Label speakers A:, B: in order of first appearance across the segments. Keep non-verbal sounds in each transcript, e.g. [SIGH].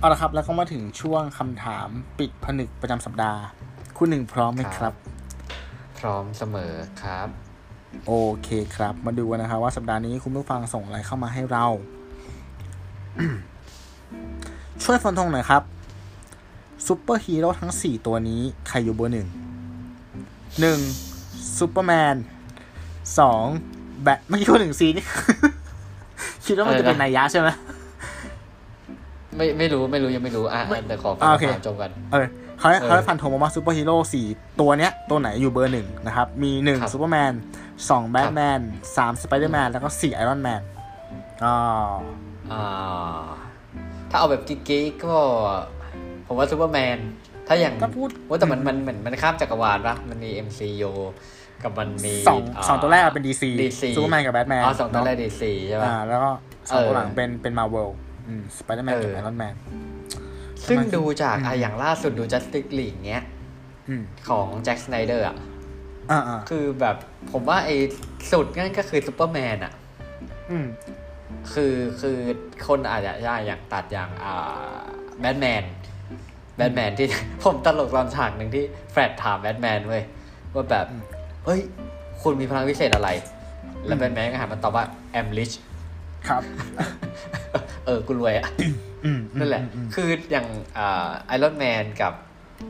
A: เอาละครับ แล้วก็มาถึงช่วงคำถามปิดผนึกประจำสัปดาห์ คุณหนึ่งพร้อมไหมครับ
B: พร้อมเสมอครับ
A: โอเคครับ มาดูกันนะครับว่าสัปดาห์นี้คุณผู้ฟังส่งอะไรเข้ามาให้ [COUGHS] เรา ช่วยฟันธงหน่อยครับซูเปอร์ฮีโร่ทั้ง 4 ตัวนี้ ใครอยู่เบอร์หนึ่งหนึ่งซูเปอร์แมนสองแบทเมื่อกี้คนหนึ่งซีนี่ [LAUGHS] คิดว่ามันจะเป็นนัยยะใช่ไหม
B: ไม่ไม่รู้ไม่รู้ยังไม่รู้อ่ะ
A: ไม่
B: อ่ะแต่ขอฟั
A: อ่ะ
B: ง
A: โอเค
B: คำถามจบกัน
A: เออเขาให้
B: เออ
A: เขาให้ฟันธงมาว่าซูเปอร์ฮีโร่สี่ตัวเนี้ย ตัวไหนอยู่เบอร์หนึ่งนะครับ มีหนึ่ง
B: ครับ
A: ซูเปอร์แมนสองแบทแมนสามสไปเดอร์แมนแล้วก็สี่ไอรอนแมนอ๋อ
B: ่าถ้าเอาแบบกิ๊กๆก็ ผมว่าซูเปอร์แมน ถ้าอย่าง
A: ถ้าพูด
B: ว่าแต่มันมันเหมือนมันข้ามจักรวาลปะมันมี MCU กับมันมี
A: สอง
B: า
A: สองตัวแรกอะเป็นดีซี
B: DC
A: ซูเปอร์แมนกับแบทแมน
B: อ๋อสองตัวแรก DC ใช่ปะ
A: อ่า แล้วก็สองตัว
B: เออ
A: หลังเป็นเป็นมาเวลสไปเดอร์แมนกับ
B: เออ
A: ไอรอนแมน
B: ซึ่ง
A: มันคือ
B: ดูจากอ่ะอย่างล่าสุดดูจัสติกลีกเนี้ย
A: อืม
B: ของแจ็คสไนเดอร์อ่ะ
A: อ่าอ่า
B: คือแบบผมว่าไอ้สุดนั่นก็คือซูเปอร์แมนอ่ะ
A: อืม
B: คือคือคนอาจจะได้อย่างตัดอย่างอ่าแบทแมนแบทแมนที่ [LAUGHS] ผมตลกตอนฉากหนึ่งที่แฟรดถามแบทแมนเว้ยว่าแบบ
A: อืม
B: เฮ้ย คุณมีพลังพิเศษอะไร แล้
A: อื
B: ว
A: ม
B: แบทแมนก็หันมาตอบว่า I'm rich [LAUGHS]
A: ครับ
B: เออ กูรวยอะ
A: อืม
B: นั่นแหละ
A: อืม
B: คืออย่างไอรอนแมนกับ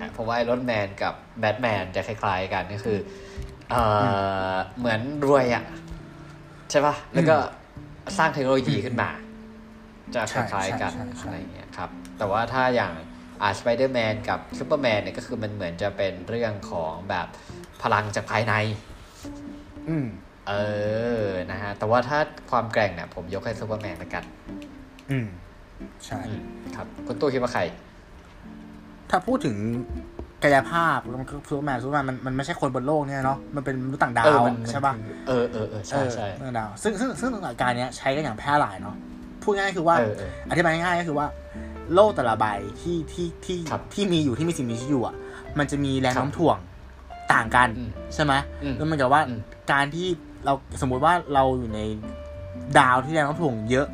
B: อ่ะผมว่าไอรอนแมนกับแบทแมนจะคล้ายๆกันก็คือเอ่ออเหมือนรวยอะใช่ปะแล้วก็สร้างเทคโนโลยีขึ้นมา จะคล้ายๆกันอะไรอย่างเงี้ยครับ แต่ว่าถ้าอย่างอ่าสไปเดอร์แมนกับซูเปอร์แมนเนี่ยก็คือมันเหมือนจะเป็นเรื่องของแบบพลังจากภายใน
A: อืม
B: เออ นะฮะ แต่ว่าถ้าความแกร่งเนี่ยผมยกให้ซูเปอร์แมนละกัน
A: อืมใช่
B: อืมครับคุณตู้คิดว่าใคร
A: ถ้าพูดถึงกายภาพแล้วมันก็ซูเปอร์แมนซูเปอร์แมนมันมันไม่ใช่คนบนโลกเนี่ยเนาะ มันเป็นมนุษย์ต่างดา
B: เออ
A: ว
B: มันมัน
A: ใช่ป่ะ
B: เออเออเออใช่ใช่
A: เออเรื่องดาวซึ่งซึ่งซึ่งหลักการเนี้ยใช้กันอย่างแพร่หลายเนาะพูดง่ายๆคือว่า
B: เออเออ
A: อธิบายง่ายๆก็คือว่า โลกแต่ละใบที่ที่ที่
B: ครับ
A: ที่มีอยู่ที่มีสิ่งมีชีวิตอยู่อ่ะ มันจะมีแรง
B: ครับ
A: โน้มถ่วงต่างกัน
B: อืม
A: ใช่ไหม
B: อืม
A: แล้วมันกับว่า
B: อืม
A: การที่เราสมมุติว่าเราอยู่ในดาวที่แรงโน้มถ่วงเยอะ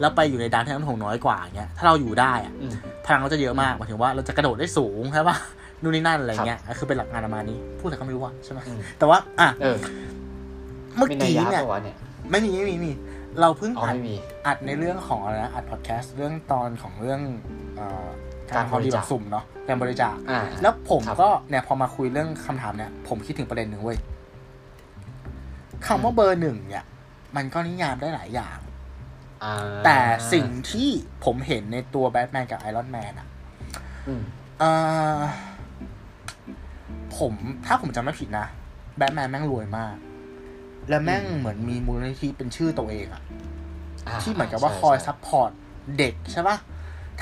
A: แล้วไปอยู่ในดาวที่แรงโน้มถ่วงน้อยกว่าเงี้ยถ้าเราอยู่ได้อ่ะ
B: อืม
A: พลังเราจะเยอะมากหมายถึงว่าเราจะกระโดดได้สูงใช่ป่ะนู่นนี่นั่นอะไรเงี้ยอ่ะคือเป็นหลักงานประมาณนี้ พูดแต่ก็ไม่รู้ว่าใช่ไหม
B: อืม
A: แต่ว่าอ่ะ
B: เออ
A: เมื่อ
B: มีนัย
A: กี้
B: ยะ
A: เนี่ย
B: ปะวะเนี่ย
A: ไม่มีไม่มีไม่มีเราเพิ่ง
B: อ๋อ
A: อัด
B: ไม่มี
A: อัดในเรื่องของอะไรนะอัดพอดแคสต์เรื่องตอนของเรื่องเอ่อการ
B: การ
A: พอดี
B: บริ
A: แบ
B: จาค
A: บสุ่มเนาะการบริจาค
B: อ่า
A: แล้วผม
B: ครับ
A: ก็เนี่ยพอมาคุยเรื่องคำถามเนี่ยผมคิดถึงประเด็นหนึ่งเว้ยคำว่าเบอร์หนึ่งเนี่ย มันก็นิยามได้หลายอย่าง
B: อ่า
A: แต่สิ่งที่ผมเห็นในตัวแบทแมนกับไอรอนแมนอะ
B: อืม
A: เอ่อผมถ้าผมจำไม่ผิดนะแบทแมนแม่งรวยมาก แล้วแม่งเหมือนมีมูลนิธิเป็นชื่อตัวเองอะ
B: า
A: ที่เหมือนกับว่า
B: ใช่
A: คอย
B: ใช่
A: ซัพพอร์ตเด็กใช่ปะ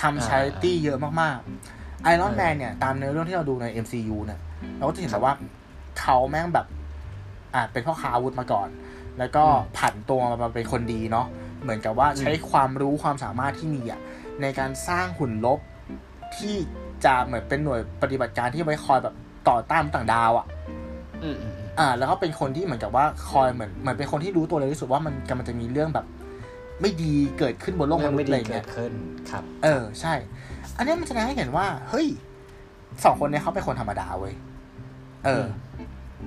A: ทำชาริตี้เยอะมากๆ ไอรอนแมน
B: เออ
A: เนี่ย ตามเนื้อเรื่องที่เราดูใน MCU เนี่ย เราก็จะเห็น
B: ครั
A: แต่
B: บ
A: ว่าเขาแม่งแบบ อ่าเป็นพ่อค้าอาวุธมาก่อน แล้วก็
B: อืม
A: ผันตัวมาเป็นคนดีเนาะเหมือนกับว่าใช้ความรู้ความสามารถที่มีอ่ะ ในการสร้างหุ่นลบที่จะเหมือนเป็นหน่วยปฏิบัติการที่ไว้คอยแบบต่อต้านต่างดาวอ่ะ
B: ืมอืมอืม
A: อ่าแล้วก็เป็นคนที่เหมือนกับว่าคอยเหมือนเหมือนเป็นคนที่รู้ตัวเลยที่สุดว่ามันกำลังจะมีเรื่องแบบ ไม่ดีเกิดขึ้นบนโลกม
B: เรื่อง
A: นุษ
B: ไม่
A: ย์อะ
B: ดี
A: ไรอย่าง
B: เกิ
A: เงี้
B: ด
A: ย
B: ขึ้นครับ
A: เออใช่ อันเนี้ยมันแสดงให้เห็นว่า เฮ้ยสองคนเนี้ยเขาเป็นคนธรรมดาเว้ยเอออ
B: ม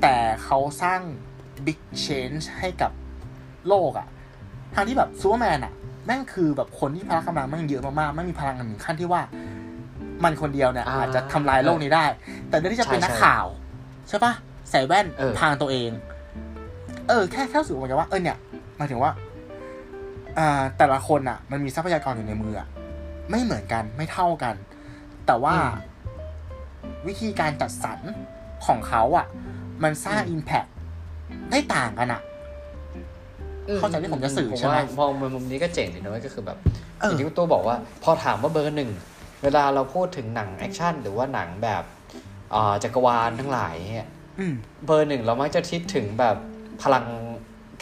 A: แต่เขาสร้างบิ๊ก change ให้กับโลกอะทางที่แบบซูเปอร์แมนอะแม่งคือแบบคนที่พละกำลังแม่งเยอะมากๆแม่งมีพลังถึงขั้นที่ว่า มันคนเดียวเนี่ย
B: อ่า
A: อาจจะทำลายโลกนี้ได้ แต่เรื่องที่จะเป็น
B: ใช่
A: นักข่าวใช่ปะใส่แว่น
B: เออ
A: พรางตัวเอง เออ แค่แค่รู้สึกเหมือนกันว่าเออเนี่ยหมายถึงว่าอ่าแต่ละคนอะมันมีทรัพยากรอยู่ในมืออะไม่เหมือนกันไม่เท่ากัน แต่ว่า
B: อืม
A: วิธีการจัดสรรของเขาอะ่ะ มันสร้าง
B: อืม
A: Impact ได้ต่างกันอะ่ะ เข้าใจที่ผมจะสื่อใช่ไหม
B: ผว่ามองมุมนี้ก็เจ๋งดีนะเว้ยก็คือแบบ
A: เออ
B: อย่างที่คุณตัวบอกว่า พอถามว่าเบอร์หนึ่ง เวลาเราพูดถึงหนังแอคชั่นหรือว่าหนังแบบอ่าจักรวาลทั้งหลายเนี่ย
A: อืม
B: เบอร์หนึ่งเรามักจะคิดถึงแบบพลัง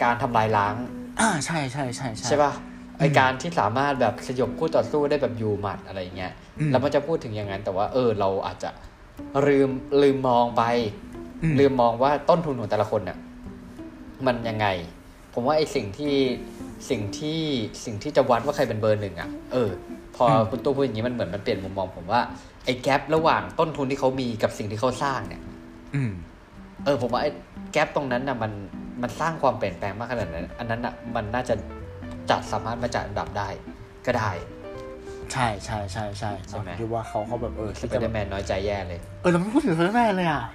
B: การทำลายล้าง
A: อ่าใช่ใช่ใช่ใช่
B: ใช่ป่ะไอการที่สามารถแบบสยบคู่ต่อสู้ได้แบบยูหมัดอะไรเงี้ย
A: อืม
B: แล้วมันจะพูดถึงอย่างนั้น แต่ว่าเออเราอาจจะลืมลืมมองไป
A: อืม
B: ลืมมองว่าต้นทุนของแต่ละคนน่ะมันยังไง ผมว่าไอสิ่งที่ สิ่งที่สิ่งที่จะวัดว่าใครเป็นเบอร์หนึ่งอ่ะ เออ พออ
A: ม
B: คุณตู้พูดอย่างนี้มันเหมือนมันเปลี่ยนมุมมองผมว่าไอ้แกลระหว่างต้นทุนที่เขามีกับสิ่งที่เขาสร้างเนี่ย
A: อืม
B: เออผมว่าไอ้แกลตรงนั้นน่ะมันมันสร้างความเปลี่ยนแปลงมากขนาดนั้น อันนั้นน่ะมันน่าจะจัดสามารถมาจัดอันดับได้ ก็ได้
A: ใช่ใช่ใช่ใช่
B: ใช่ไหม
A: คิดว่าเขาเขาแบบเออ
B: ส
A: คิด
B: ไป
A: จะ
B: เด
A: แบ
B: อบร์แมนน้อยใจแย่เลย
A: เออเราไม่พูดถึงสไปเดอร์แมนเลยอ่ะ [LAUGHS]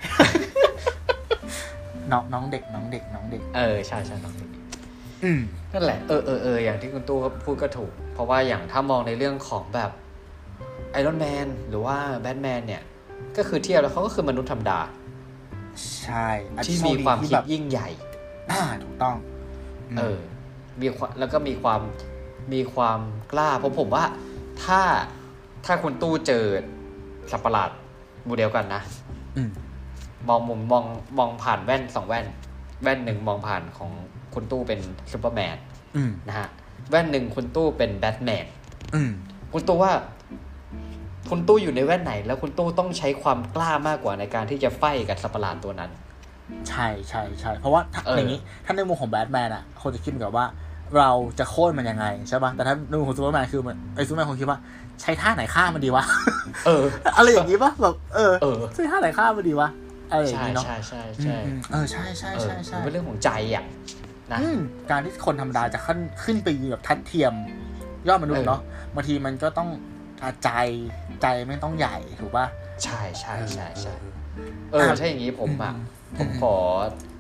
A: น้องน้องเด็กน้องเด็กน้องเด็ก
B: เออใช่ใช่น้อง
A: อืม
B: นั่นแหละเออเออเอออย่างที่คุณตู้พูดก็ถูก เพราะว่าอย่างถ้ามองในเรื่องของแบบไอรอนแมนหรือว่าแบทแมนเนี่ย ก็คือเทียบแล้วเขาก็คือมนุษย์ธรรมดา
A: ใช่อาจจะ
B: ที่
A: โช
B: มี
A: ดี
B: ความ
A: ที่
B: คิด
A: แบบ
B: ยิ่งใหญ่
A: อ่าถูกต้องม
B: เออ มีความแล้วก็มีความมีความกล้า เพราะผมว่าถ้าถ้าคุณตู้เจอสัตว์ประหลาดหมูเดียวกันนะ
A: อืม
B: มองมุมมองมองผ่านแว่นสองแว่น แว่นหนึ่งมองผ่านของคุณตู้เป็นซูเปอร์แมน
A: อืม
B: นะฮะแว่นหนึ่งคุณตู้เป็นแบทแมน
A: อืม
B: คุณตู้ว่า คุณตู้อยู่ในแว่นไหน แล้วคุณตู้ต้องใช้ความกล้ามากกว่าในการที่จะไฟกับสัตว์ประหลาดตัวนั้น
A: ใช่ใช่ใช่เพราะว่าถ้า
B: เอออ
A: อย่างนี้ ถ้าในมุมของแบทแมนอ่ะคนจะคิดเหมือนกับว่า เราจะโค่นมันยังไงใช่ป่ะแต่ถ้าในมุมของซูเปอร์แมนคือมันไอ้ซูเปอร์แมนคงคิดว่า ใช้ท่าไหนฆ่ามันดีวะ [LAUGHS]
B: เออ
A: อะไรอย่างนี้ป่ะแบบเออ
B: เออ
A: ใช้ท่าไหนฆ่ามันดีวะอะไรอย่าง
B: ใช่
A: นี้เนาะ
B: ใช่ใช่
A: อื
B: ใช่
A: มอืมเออใช่ใช่
B: เออ
A: ใช่ใช่
B: มันเป็นเรื่องของใจอ่ะนะ
A: อืมการที่คนธรรมดาจะขึ้นขึ้นไปยืนแบบทัดเทียม ยอดมนุษย์เนาะบางทีมันก็ต้องอ่าใจใจไม่ต้องใหญ่ถูกป่ะ
B: ใช่ใช่ใช่ใช่
A: เออ
B: เออถ้าอย่างนี้ผมอ่ะ
A: อืม
B: ผมขอ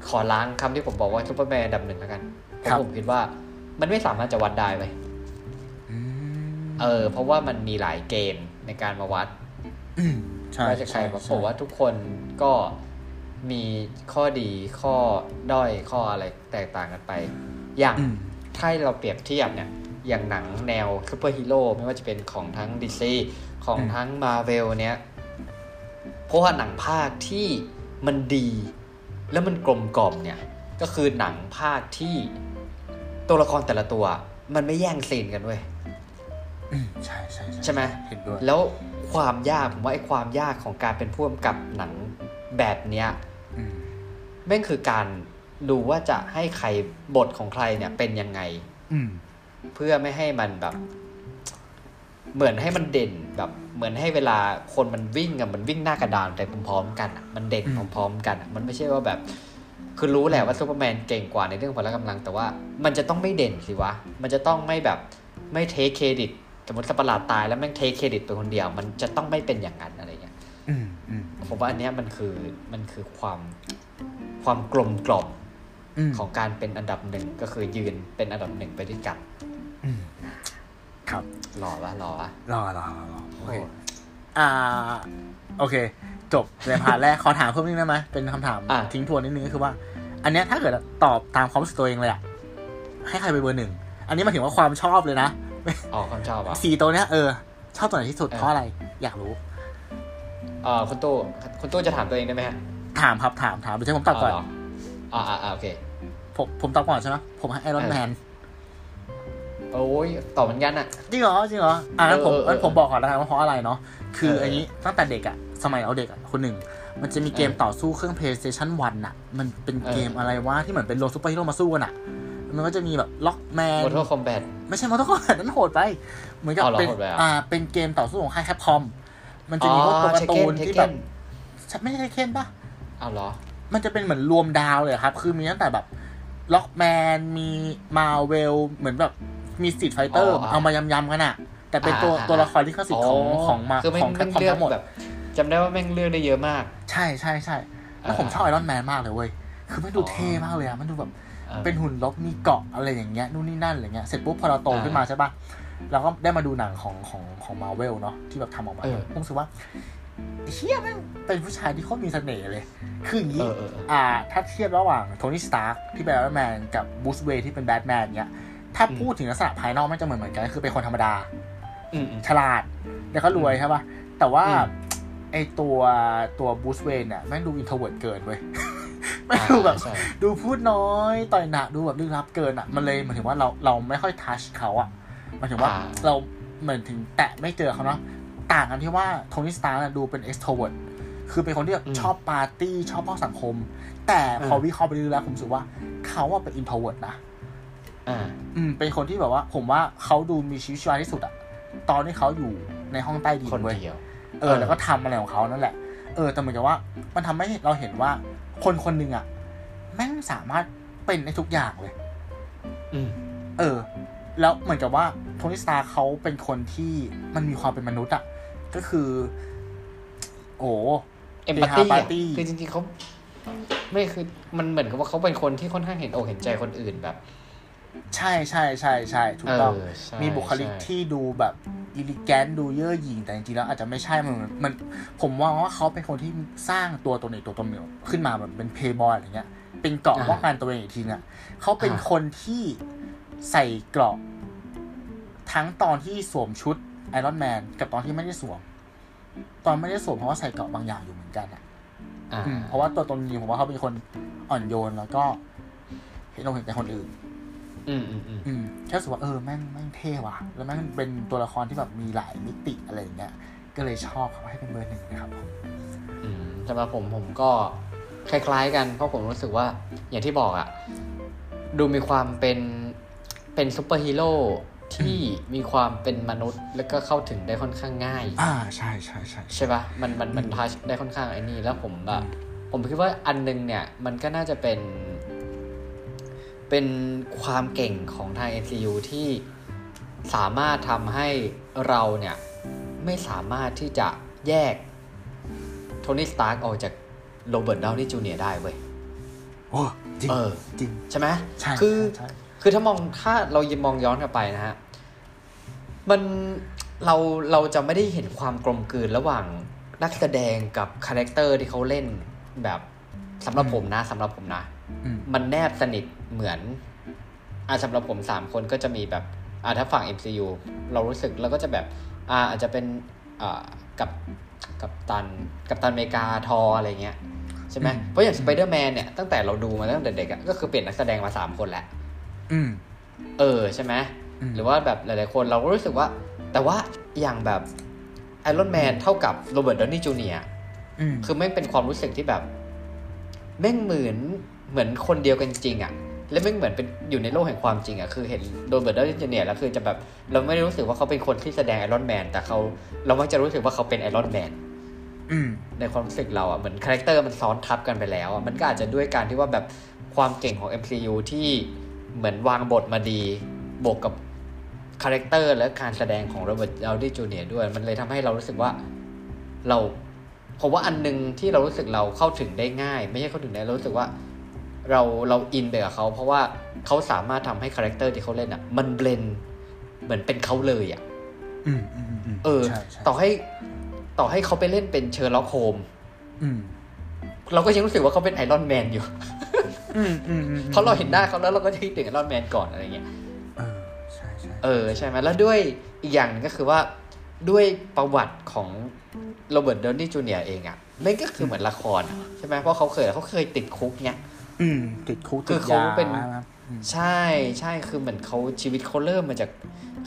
B: ขอล้างคำที่ผมบอกว่าซูเปอร์แมนอันดับหนึ่งแล้วกันเพ
A: ครั
B: ราะ
A: บ
B: ผมคิดว่า มันไม่สามารถจะวัดได้เลย
A: อืม
B: เออ เพราะว่ามันมีหลายเกณฑ์ในการมาวัด
A: มใช่
B: ว่าจะใคร
A: ใช่
B: มาผ
A: ใช่
B: มว่าทุกคนก็มีข้อดีข้อด้อยข้ออะไรแตกต่างกันไป อย่าง
A: อืม
B: ถ้าเราเปรียบเทียบเนี่ย อย่างหนังแนวซูเปอร์ฮีโร่ไม่ว่าจะเป็นของทั้งดิซีของทั้งมาเวลเนี่ยเพราะว่าหนังภาคที่มันดี และมันกลมกล่อมเนี่ย ก็คือหนังภาคที่ตัวละครแต่ละตัว มันไม่แย่งซีนกันเว้ย
A: อืมใช่ใช่
B: ใช่ไหม
A: เห็นด้วย
B: แล้วความยากผมว่าไอ้ความยากของการเป็นผู้กำกับหนังแบบเนี้ย
A: อืม
B: แม่งคือการดูว่าจะให้ใครบทของใครเนี่ยเป็นยังไง
A: อืม
B: เพื่อไม่ให้มันแบบ เหมือนให้มันเด่นแบบเหมือนให้เวลาคนมันวิ่งอะมันวิ่งหน้ากระดานแต่พร้อมๆกันอะมันเด่น
A: อืม
B: พร้อมๆกันอะมันไม่ใช่ว่าแบบ คือรู้แหละว่าซูเปอร์แมนเก่งกว่าในเรื่องพละกำลัง แต่ว่ามันจะต้องไม่เด่นสิวะ มันจะต้องไม่แบบไม่เทคเครดิตสมมติสัตว์ประหลาดตายแล้วแม่งเทคเครดิตไปคนเดียว มันจะต้องไม่เป็นอย่างนั้นอะไรอย่างเงี้ย
A: อืมอืม
B: ผมว่าอันเนี้ยมันคือมันคือความความกลมกล่อม
A: อืม
B: ของการเป็นอันดับหนึ่งก็คือยืนเป็นอันดับหนึ่งไปด้วยกัน
A: อืมครับ
B: หล่อวะหล่อวะ
A: รอรอรอรอโอเคอ่า โอเค จบในพาร์ทแรก [LAUGHS] ขอถามเพิ่มนิดได้ไหมเป็นคำถาม
B: อ่ะ
A: ทิ้งทวนนิดนึงก็คือว่า อันเนี้ยถ้าเกิดตอบตามความรู้สึกตัวเองเลยอะให้ใครไปนเบอร์หนึ่ง อันนี้หมายถึงว่าความชอบเลยนะ
B: อ๋อความชอบอ่ะ
A: สี่ตัวเนี้ยเออ ชอบตัวไหนที่สุด
B: เออ
A: เพราะอะไร อยากรู้
B: เออคุณตู้คุณตู้จะถามตัวเองได้ไหมฮะ
A: ถามครับถามถามไม่ใช่ผมตอบก่อน
B: เหรอ่าอ่าอ่าโอเค
A: ผมผมตอบก่อนใช่ไหมผมให้ไอรอน
B: เออ
A: แมน
B: โอ้ยตอบเหมือนกันอ่ะ
A: จริงเหรอจริงเหรออ่ะงั้นผม
B: เออเออ
A: งั้นผมบอกก่อนแล้วกันว่าเพราะอะไรเนาะคือ
B: เออ
A: อันนี้ตั้งแต่เด็กอะสมัยเราเด็กอะคนหนึ่ง มันจะมีเกม
B: เออ
A: ต่อสู้เครื่อง PlayStation 1น่ะ มันเป็นเกม
B: เออ
A: อะไรวะที่เหมือนเป็นโลซูเปอร์ฮีโร่มาสู้กันอะมันก็จะมีแบบล็อกแมน
B: มอเตอร์คอมแบท
A: ไม่ใช่มอเตอร์คอร์นั้นโหดไป เหมือนกับ
B: อ๋อเหรอ
A: เป็น
B: โหดไปอ่ะ
A: อ่าเป็นเกมต่อสู้ของค่ายแคปคอมมันจะมีพวกตัวการ์ตูนที่แบบไม่ใช่เข้มปะ
B: เอาเหรอ
A: มันจะเป็นเหมือนรวมดาวเลยครับ คือมีตั้งแต่แบบล็อกแมน มีมาเวล เหมือนแบบมีสต r ี e ไฟเตอร์
B: อ๋ออ๋อ
A: เอามายำๆกันอะแต่เป็นตัว
B: อ่าอ่า
A: ตัวละครที่เข้าสิทธิ์ของของมา
B: คือแม่
A: ของ งแคป
B: แม่ง
A: คอม
B: เลือก
A: ทั้งหมด
B: แบบจำได้ว่าแม่งเลือกได้เยอะมาก
A: ใช่ใช่ใช่แล้ว
B: อ่า
A: ผมชอบไอรอนแมนมากเลยเว้ย คือมันดู
B: อ๋อ
A: เท่มากเลยอะมันดูแบบ
B: ออ
A: เป็นหุ่นลบมีเกาะอะไรอย่างเงี้ยนู่นนี่นั่นอะไรเงี้ยเสร็จปุ๊บพอเราโต
B: อ่า
A: ขึ้นมาใช่ปะเราก็ได้มาดูหนังของของของมาเวลเนาะที่แบบทำออกมา
B: เออ
A: ผมรู้สึกว่าเฮียแม่งเป็นผู้ชายที่โคตรมีเสน่ห์เลย คืออย่างนี้
B: เออเออเอออ่
A: อ่า ถ้าเทียบระหว่างโทนี่สตาร์ที่เป็นแบทแมนกับบูสเวย์ที่เป็นแบทแมนเนี้ยถ้า
B: อืม
A: พูดถึงลักษณะภายนอกมันจะเหมือนเหมือนกันคือเป็นคนธรรมดา
B: อืมอืม
A: ฉลาด แล้วก็รวยใช่ปะแต่ว่า
B: อืม
A: ไอตัวตัวบูสเวย์เนี่ยแม่งดูอินโทรเวิร์ดเกินเว้ย [LAUGHS] แม่งดูแบบ
B: าใช่
A: ดูพูดน้อยต่อยหนักดูแบบลึกลับเกินอ่ะ มันเลยหมายถึงว่าเราเราไม่ค่อยทัชเขาอ่ะหมายถึงว่า
B: อ่า
A: เราเหมือนถึงแตะไม่เจอเขาเนาะต่างกันที่ว่าโทนี่สตาร์น่ะดูเป็นเอ็กซ์โทเวิร์ดคือเป็นคนที่แบบชอบปาร์ตี้ชอบเข้าสังคม แต่พอวิเคราะห์ไปดูแล้วผมรู้สึกว่าเขาว่าเป็นอินโทรเวิร์ดนะ
B: อ่า
A: อืมเป็นคนที่แบบว่า ผมว่าเขาดูมีชีวิตชีวาที่สุดอะตอนที่เขาอยู่ในห้องใต้ดิน
B: คน
A: เว้ย
B: เดียว
A: เออแล้วก็ทำอะไรของเขานั่นแหละ เออแต่เหมือนกับว่า มันทำให้เราเห็นว่าคนคนหนึ่งอะแม่งสามารถเป็นในทุกอย่างเลย
B: อืม
A: เออ แล้วเหมือนกับว่าโทนี่สตาร์เขาเป็นคนที่มันมีความเป็นมนุษย์อะก็คือ โอ้
B: เอมพัต
A: Party
B: ตี้คือจริงๆเขาไม่คือมันเหมือนกับว่าเขาเป็นคนที่ค่อนข้างเห็นอกเห็นใจคนอื่นแบบ
A: ใช่ใช่ใช่ใช่ถูก
B: เ
A: ต้อง
B: ใช่
A: มีบุคลิก
B: ใช่
A: ที่ดูแบบอิลิแกนดูเย่อหยิ่งแต่จริงๆแล้วอาจจะไม่ใช่มันมันมัน ผมว่าว่าเขาเป็นคนที่สร้างตัวตนในตัวตนขึ้นมาแบบเป็นเพย์บอยอะไรเงี้ย เป็นเกราะป้องกันตัวเองอีกทีนึงอ่ะเขาเป็นคนที่ใส่เกราะทั้งตอนที่สวมชุดไอรอนแมนกับตอนที่ไม่ได้สวม ตอนไม่ได้สวมเพราะว่าใส่เกราะบางอย่างอยู่เหมือนกันอ่ะ
B: อ่า
A: อืมเพราะว่าตัวตนจริงๆผมว่าเขาเป็นคนอ่อนโยนแล้วก็เห็นอกเห็นใจคนอื่น
B: อืมอืมอืม
A: อืมแค่รู้สึกว่าเออแม่งแม่งเท่ว่ะ แล้วแม่งเป็นตัวละครที่แบบมีหลายมิติอะไรอย่างเงี้ย ก็เลยชอบเขาให้เป็นเบอร์หนึ่งนะครับผม
B: อืมสำหรับผมผมก็คล้ายๆ กันเพราะผมรู้สึกว่าอย่างที่บอกอะดูมีความเป็นเป็นซูเปอร์ฮีโร่ที่มีความเป็นมนุษย์ แล้วก็เข้าถึงได้ค่อนข้างง่าย
A: อ่าใช่ใช่ใช่ใช่
B: ใช่ปะมันมันมันทัชได้ค่อนข้างไอ้นี่แล้วผมแบบผมคิดว่าอันหนึงเนี่ย มันก็น่าจะเป็น เป็นความเก่งของทาง MCU ที่สามารถทำให้เราเนี่ย ไม่สามารถที่จะแยกโทนี่สตาร์กออกจากโรเบิร์ตดาวนี่จูเนียได้เว้ย
A: โอ้จริง
B: เออ
A: จริง
B: ใช่ไหม
A: ใช่
B: คือ
A: ใช่ใช่
B: คือถ้ามองถ้าเรายิมมองย้อนกลับไปนะฮะ มันเราเราจะไม่ได้เห็นความกลมกลืนระหว่างนักแสดงกับคาแรคเตอร์ที่เขาเล่นแบบสำหรับผมนะสำหรับผมนะ
A: อืม
B: มันแนบสนิทเหมือนอ่ะสำหรับผมสามคนก็จะมีแบบอ่ะถ้าฝั่ง MCU เรารู้สึกเราก็จะแบบอ่ะอาจจะเป็นอ่ะกับกับตันกับตันอเมริกาทออะไรเงี้ยใช่ไหม
A: อืม
B: เพราะอย่างสไปเดอร์แมนเนี่ยตั้งแต่เราดูมาตั้งแต่เด็กอะก็คือเปลี่ยนนักแสดงมาสามคนแหละ
A: อืม
B: เออใช่ไหม
A: อืม
B: หรือว่าแบบหลายๆคนเราก็รู้สึกว่า แต่ว่าอย่างแบบไอรอนแมนเท่ากับโรเบิร์ตดอนนี่จูเนีย
A: อืม
B: คือไม่งเป็นความรู้สึกที่แบบแม่งเหมือนเหมือนคนเดียวกันจริงอะและแม่งเหมือนเป็นอยู่ในโลกแห่งความจริงอะคือเห็นโรเบิร์ตดอนนี่จูเนียแล้วคือจะแบบเราไม่ได้รู้สึกว่าเขาเป็นคนที่แสดงไอรอนแมนแต่เขาเรามักจะรู้สึกว่าเขาเป็นไอรอนแมน
A: อืม
B: ในความรู้สึกเราอ่ะเหมือนคาแรคเตอร์มันซ้อนทับกันไปแล้วอ่ะมันก็อาจจะด้วยการที่ว่าแบบความเก่งของ MCU ที่เหมือนวางบทมาดี บวกกับคาแรคเตอร์และการแสดงของโรเบิร์ตดาวดี้จูเนียร์ด้วย มันเลยทำให้เรารู้สึกว่าเราผมว่าอันหนึงที่เรารู้สึกเราเข้าถึงได้ง่าย ไม่ใช่เข้าถึงได้เรารู้สึกว่า เราเราอินไปกับเขาเพราะว่าเขาสามารถทำให้คาแรคเตอร์ที่เขาเล่นอ่ะ มันเบลนเหมือนเป็นเขาเลยอ่ะ
A: อืมอืมอืม
B: เออ
A: ใช่ใช่
B: ต่อให้ต่อให้เขาไปเล่นเป็นเชอร์ล็อกโฮม
A: อืม
B: เราก็ยังรู้สึกว่าเขาเป็นไอรอนแมนอยู่
A: อืมอืมอืม
B: เพราะเราเห็นหน้าเขาแล้วเราก็จะคิดถึงไอรอนแมนก่อนอะไรเงี้ย
A: เออใช่ใช่
B: เออใช่ไหมแล้วด้วยอีกอย่างหนึงก็คือว่าด้วยประวัติของโรเบิร์ตดอนนี่จูเนียเองอะไม่งก็คือเหมือนละครอะใช่ไหมเพราะเขาเคยเขาเคยติดคุกเนี้ย
A: อืมติดคุก
B: คื
A: ติ
B: อ
A: ด
B: เขา
A: ยา
B: เป็น
A: อืม
B: ใช่ใช่คือเหมือนเขาชีวิตเขาเริ่มมาจาก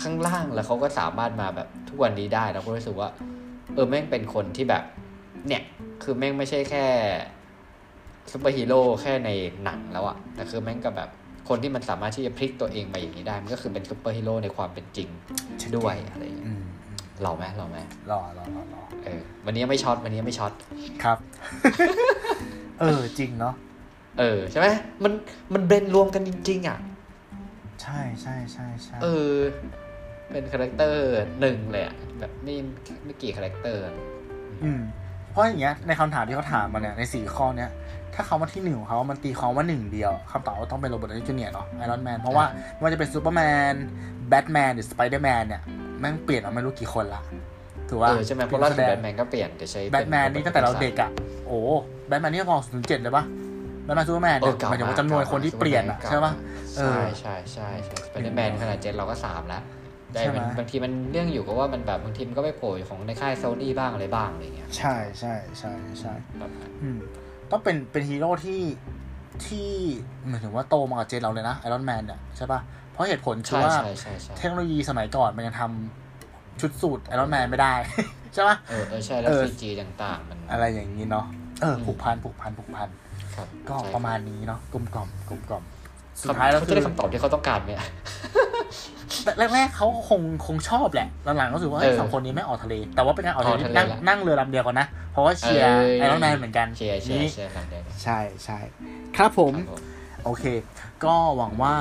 B: ข้างล่างแล้วเขาก็สามารถมาแบบทุกวันนี้ได้เราก็รู้สึกว่า เออแม่งเป็นคนที่แบบ เนี่ย คือแม่งไม่ใช่แค่ซูเปอร์ฮีโร่แค่ในหนังแล้วอะแต่คือแม่งก็แบบคนที่มันสามารถที่จะพลิกตัวเองมาอย่างนี้ได้ มันก็คือเป็นซูเปอร์ฮีโร่ในความเป็นจริงด้วยอะไรอย่างเงี้ย
A: อืมอืม
B: หล่อไหมหล่อไหม
A: รอรอรอรอ
B: เออวันนี้ไม่ช็อตวันนี้ไม่ช็อต
A: ครับ [LAUGHS] เออจริงเนาะ
B: เออใช่ไหมมันมันเบลนรวมกันจริงๆอะ
A: ใช่ใช่ใช่ใช่
B: เออ เป็นคาแรคเตอร์หนึ่งเลยอะแบบไม่ไม่กี่คาแรคเตอร์
A: อืมเพราะอย่างเงี้ยในคำถามที่เขาถามมาเนี่ยในสี่ข้อเนี้ย ถ้าคำว่าที่หนึ่งของเขา มันตีความว่าหนึ่งเดียวคำตอบก็ต้องเป็นโรเบิร์ตดาวนี่จูเนียร์เนาะไอรอนแมน เพราะว่า
B: อ่า
A: ไม่ว่าจะเป็นซูเปอร์แมน แบทแมน หรือสไปเดอร์แมนเนี่ย แม่งเปลี่ยนมาไม่รู้กี่คนละ ถือว่า
B: เออใช่ไหมเพราะล่าสุดแบทแมนก็เปลี่ยนเดี๋ยวใช้เป็
A: แบทแมนนี่ตั้งแต่เราเด็กอะโอ้แบทแมนนี่พอศูนย์เจ็ดเลยปะแบทแมนซูเปอร์แมน
B: เอ
A: เนี่ย
B: อเก่า
A: หมายถึง
B: มาก
A: ว่าจำนวนคนที่เปลี่ยนอะ
B: เก่า
A: ใช่ปะ เอ
B: ใช่
A: อ
B: ใช่ใช่ใช่สไปเดอร์แมนขนาดเจ็ดเราก็สามแล้วแต่
A: ใช่ไหม
B: มันบางทีมันเรื่องอยู่กับว่ามันแบบบางทีมันก็ไปโผล่อยู่ของในค่ายโซนี่บ้างอะไรบ้างอะไรเงี้ย
A: ใช่ใช่ใช่ใช่
B: แบบนั้น
A: อืมต้องเป็นเป็นฮีโร่ที่ที่หมายถึงว่าโตมากับเจนเราเลยนะไอรอนแมนเนี่ยใช่ปะเพราะเหตุผลคือ
B: ใช่
A: ว่า
B: ใช่ใช่ใช่
A: เทคโนโลยีสมัยก่อนมันยังทำชุดสูตรไอรอนแมนไม่ได้ [LAUGHS] ใช่ปะ
B: เออเออใช่แล้ว
A: เออ
B: ซีจีต่างๆ มัน
A: อะไรอย่างนี้เนาะเออผูกพันผูกพันผูกพัน
B: ครับ
A: ก็
B: ใช่
A: ประมาณนี้เนาะกลมกล่อมกลมกล่อม สุดท้ายแล้ว
B: เขา
A: คื
B: จะ
A: อ
B: ได้คำตอบที่เขาต้องการไหมอะ
A: แรกๆเขาคงคงชอบแหละ หลังๆก็รู้สึกว่า
B: เออ
A: เอ้ยสองคนนี้ไม่ออกทะเล แต่ว่าเป็นการออกทะเล
B: ออกทะเล
A: นั่ง
B: ละ
A: นั่งเรือลำเดียวกันนะ เพราะว่าเชียร์ไอรอนแมนเหมือนกัน
B: เชียร์เชีย
A: นี่
B: ร์เชียร์กันได้นะ
A: ใช่ใช่ครับผม
B: ครับผม
A: โอเค ก็หวังว่า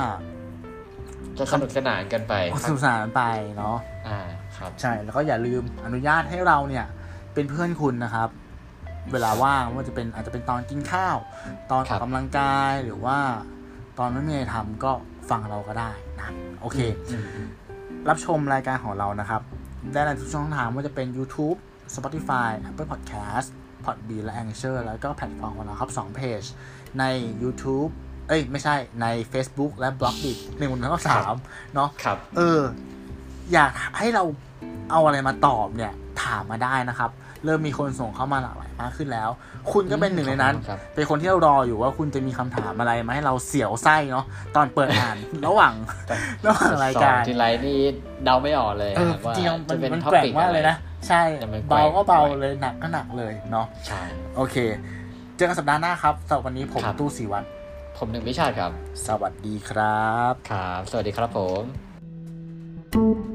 B: จะสนุกสนานกันไป
A: สนุกสนานไปเนาะ
B: อ่าครับ
A: ใช่ แล้วก็อย่าลืมอนุญาตให้เราเนี่ย เป็นเพื่อนคุณนะครับ เวลาว่างว่าจะเป็นอาจจะเป็นตอนกินข้าว ตอนอ
B: ครั
A: อบ กกำลังกายหรือว่าตอนไม่มีอะไรทำก็ฟังเราก็ได้นะโอเค รับชมรายการของเรานะครับ ได้ในทุกช่องทางว่าจะเป็น YouTube Spotify Apple Podcast Podbean และ Anchor แล้วก็แพลตฟอร์มของเราครับ2เพจใน YouTube เอ้ย ไม่ใช่ใน Facebook และ b l o g d i t หนึ่งหนึ่งสา
B: ครั
A: ม
B: บ
A: เนาะ
B: ครับ
A: เออ อยากให้เราเอาอะไรมาตอบเนี่ย ถามมาได้นะครับ เริ่มมีคนส่งเข้ามาหลากหลายมากขึ้นแล้ว คุณก็เป็นหนึ่งในนั้น
B: ครับ
A: เป็นคนที่เรารออยู่ว่าคุณจะมีคำถามอะไรมาให้เราเสียวไส้เนาะตอนเปิดอ่าน [LAUGHS] ระหว่าง ระหว่างรายการ
B: สองทีไรนี่เดาไม่ออกเลย
A: เออ
B: ครับว่า
A: จริงๆมัน
B: จะเป็น
A: มัน
B: ท็อ
A: แกว่ง
B: ปิก
A: มาก
B: อะ
A: เล
B: ไร
A: ยนะ ใช่
B: แต่มันแกว่
A: เบาง ก็เบา
B: แกว่ง
A: เลยหนักก็หนักเลยเนาะ
B: ใช่
A: โอเค เจอกันสัปดาห์หน้าครับสำหรับวันนี้ผม
B: ครับ
A: ตู้สีวัน
B: ผมหนึ่งวิชาติครับ
A: สวัสดีครับ
B: ครับ สวัสดีครับผม